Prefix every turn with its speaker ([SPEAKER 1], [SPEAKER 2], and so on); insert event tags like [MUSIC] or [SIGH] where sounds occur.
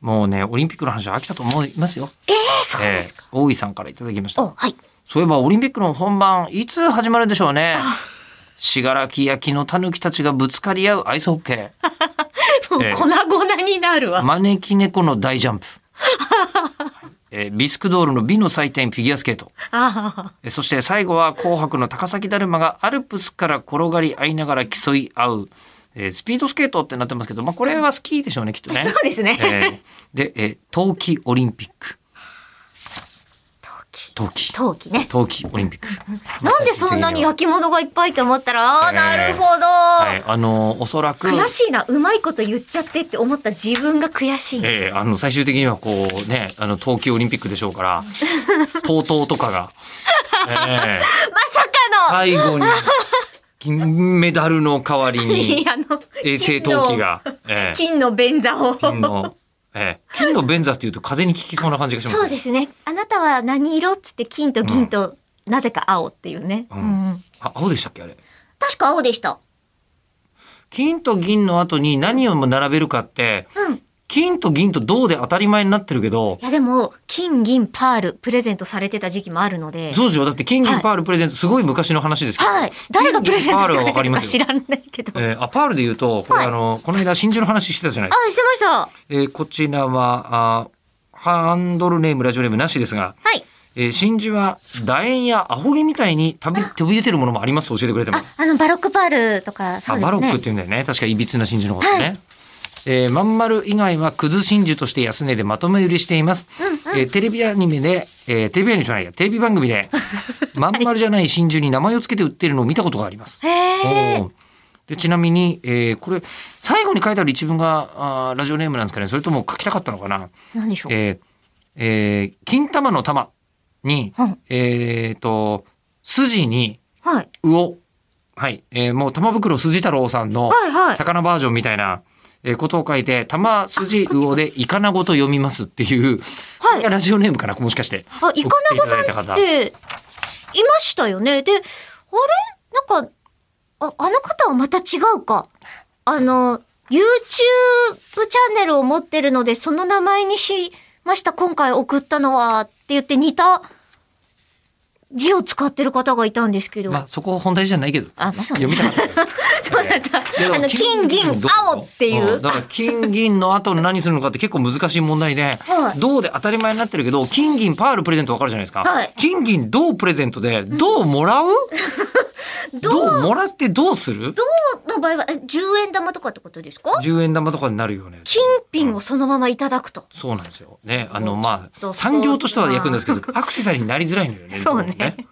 [SPEAKER 1] もうね、オリンピックの話は飽きたと思いますよ。
[SPEAKER 2] ええそうですか。
[SPEAKER 1] えー大井さんからいただきました。
[SPEAKER 2] お、はい。
[SPEAKER 1] そういえばオリンピックの本番、いつ始まるでしょうね。信楽焼きのタヌキたちがぶつかり合うアイスホッケ
[SPEAKER 2] もう
[SPEAKER 1] ええ
[SPEAKER 2] 粉々になる
[SPEAKER 1] ー、
[SPEAKER 2] わ。
[SPEAKER 1] 招き猫の大ジャン
[SPEAKER 2] [LAUGHS]
[SPEAKER 1] プ。えービスクドールの美の祭典フィギュアスケート。
[SPEAKER 2] あ
[SPEAKER 1] えーそして最後は紅白の高崎だるまがアルプスから転がり合いながら競い合う、えースピードスケートってなってますけど、まあ、これはスキーでしょうね、きっとね
[SPEAKER 2] あ。。そうですね。
[SPEAKER 1] えーで、えー冬季オリンピック。
[SPEAKER 2] 陶器。
[SPEAKER 1] 冬季。
[SPEAKER 2] 陶器ね。
[SPEAKER 1] 冬季オリンピック。
[SPEAKER 2] [LAUGHS] なんでそんなに
[SPEAKER 1] は
[SPEAKER 2] 焼き物がいっぱいと思ったら、
[SPEAKER 1] ええ
[SPEAKER 2] あーなるほど。
[SPEAKER 1] い、あのーおそらく、
[SPEAKER 2] 悔しいな。うまいこと言っちゃってって思った自分が悔しい。
[SPEAKER 1] えーあの、最終的にはこうね、あの、冬季オリンピックでしょう
[SPEAKER 2] [LAUGHS]
[SPEAKER 1] から、TOTO とかが、えー
[SPEAKER 2] まさかの、
[SPEAKER 1] 最後に、金メダルの代わりに、
[SPEAKER 2] [LAUGHS] あの、
[SPEAKER 1] 衛星陶器が、えー
[SPEAKER 2] 金の便座を。
[SPEAKER 1] 金の、ええ、金の便座っていうと風に効きそうな感じがします。
[SPEAKER 2] そうですね。あなたは何色っつって金と銀と、なぜか青っていうね。
[SPEAKER 1] う
[SPEAKER 2] うんんうん
[SPEAKER 1] あ、青でしたっけあれ。
[SPEAKER 2] 確か青でした。
[SPEAKER 1] 金と銀の後に何を並べるかって、
[SPEAKER 2] うん。い
[SPEAKER 1] 金と銀と銅で当たり前になってるけど、
[SPEAKER 2] やでも、金、銀、パール、プレゼントされてた時期もあるので。
[SPEAKER 1] そうでしょだって金銀パールプレゼント、すごい昔の話ですけど。
[SPEAKER 2] はい。誰がプレゼント
[SPEAKER 1] 金銀パールは
[SPEAKER 2] してくれ
[SPEAKER 1] わか
[SPEAKER 2] て
[SPEAKER 1] り
[SPEAKER 2] る
[SPEAKER 1] ま
[SPEAKER 2] か
[SPEAKER 1] す
[SPEAKER 2] 知
[SPEAKER 1] よ。
[SPEAKER 2] らないけど。
[SPEAKER 1] えーあ、パールで言うと、これ、
[SPEAKER 2] はい
[SPEAKER 1] あの、この間真珠の話してたじゃないですか
[SPEAKER 2] あ、してました。は
[SPEAKER 1] えーこちらは、あハンドルネーム、ラジオネームなしですが、
[SPEAKER 2] い。
[SPEAKER 1] えー真珠は楕円やアホ毛みたいに飛び飛び出てるものもありますと教えてくれてま
[SPEAKER 2] あ
[SPEAKER 1] す。、
[SPEAKER 2] あの、バロックパールとか、そ
[SPEAKER 1] あ
[SPEAKER 2] うですね。
[SPEAKER 1] バロックって言うんだよね確かいびつな真珠のことね、えーまん丸以外はくず真珠として安値でまとめ売りしています、えーテレビアニメで、えーテレビアニメじゃないやテレビ番組
[SPEAKER 2] [LAUGHS]
[SPEAKER 1] でまん丸じゃない真珠に名前を付けて売ってるのを見たことがあります、
[SPEAKER 2] へ
[SPEAKER 1] お
[SPEAKER 2] え。
[SPEAKER 1] ーでちなみに、えーこれ最後に書いてある一文があーラジオネームなんですかねそれとも書きたかったのかな
[SPEAKER 2] なんでしょう。
[SPEAKER 1] えーえー金玉の玉に、
[SPEAKER 2] うん
[SPEAKER 1] えっ、と筋に
[SPEAKER 2] はい。
[SPEAKER 1] 魚。はい。えーもう玉袋筋太郎さんの
[SPEAKER 2] はいはい
[SPEAKER 1] 魚バージョンみたいな、えーことを書いて、玉筋魚でイカナゴと読みますっていう、
[SPEAKER 2] はい
[SPEAKER 1] これがラジオネームかな、もしかして。
[SPEAKER 2] あ、イカナゴさん
[SPEAKER 1] 送っていただいた方
[SPEAKER 2] って、いましたよね。で、あれなんか、あ、あの方はまた違うか。あの、YouTube チャンネルを持ってるので、その名前にしました、今回送ったのは、って言って似た字を使ってる方がいたんですけど。
[SPEAKER 1] まあ、そこ本題じゃないけ
[SPEAKER 2] [LAUGHS]
[SPEAKER 1] ど。
[SPEAKER 2] あ、まあ、そうね
[SPEAKER 1] 読みたかった。
[SPEAKER 2] [LAUGHS] そうだった。
[SPEAKER 1] いや
[SPEAKER 2] あの、金、銀、青ってい
[SPEAKER 1] ん
[SPEAKER 2] う。
[SPEAKER 1] だから金銀の後に何するのかって結構難しい問題で、
[SPEAKER 2] はい
[SPEAKER 1] 銅で当たり前になってるけど、金銀パールプレゼントわかるじゃないですか。
[SPEAKER 2] はい
[SPEAKER 1] 金銀銅プレゼントで、銅も
[SPEAKER 2] [LAUGHS]
[SPEAKER 1] らう、銅もらってどうする
[SPEAKER 2] の場合は、え10円玉とかってことですか
[SPEAKER 1] ?10 円玉とかになるよね。
[SPEAKER 2] 金品をそのままいただくと。
[SPEAKER 1] そうなんですよ。ね、あの、ま
[SPEAKER 2] ちょっ
[SPEAKER 1] あ、
[SPEAKER 2] と
[SPEAKER 1] 産業としては役に立つけど、アクセサリーになりづらいのよね。
[SPEAKER 2] そうね
[SPEAKER 1] どもね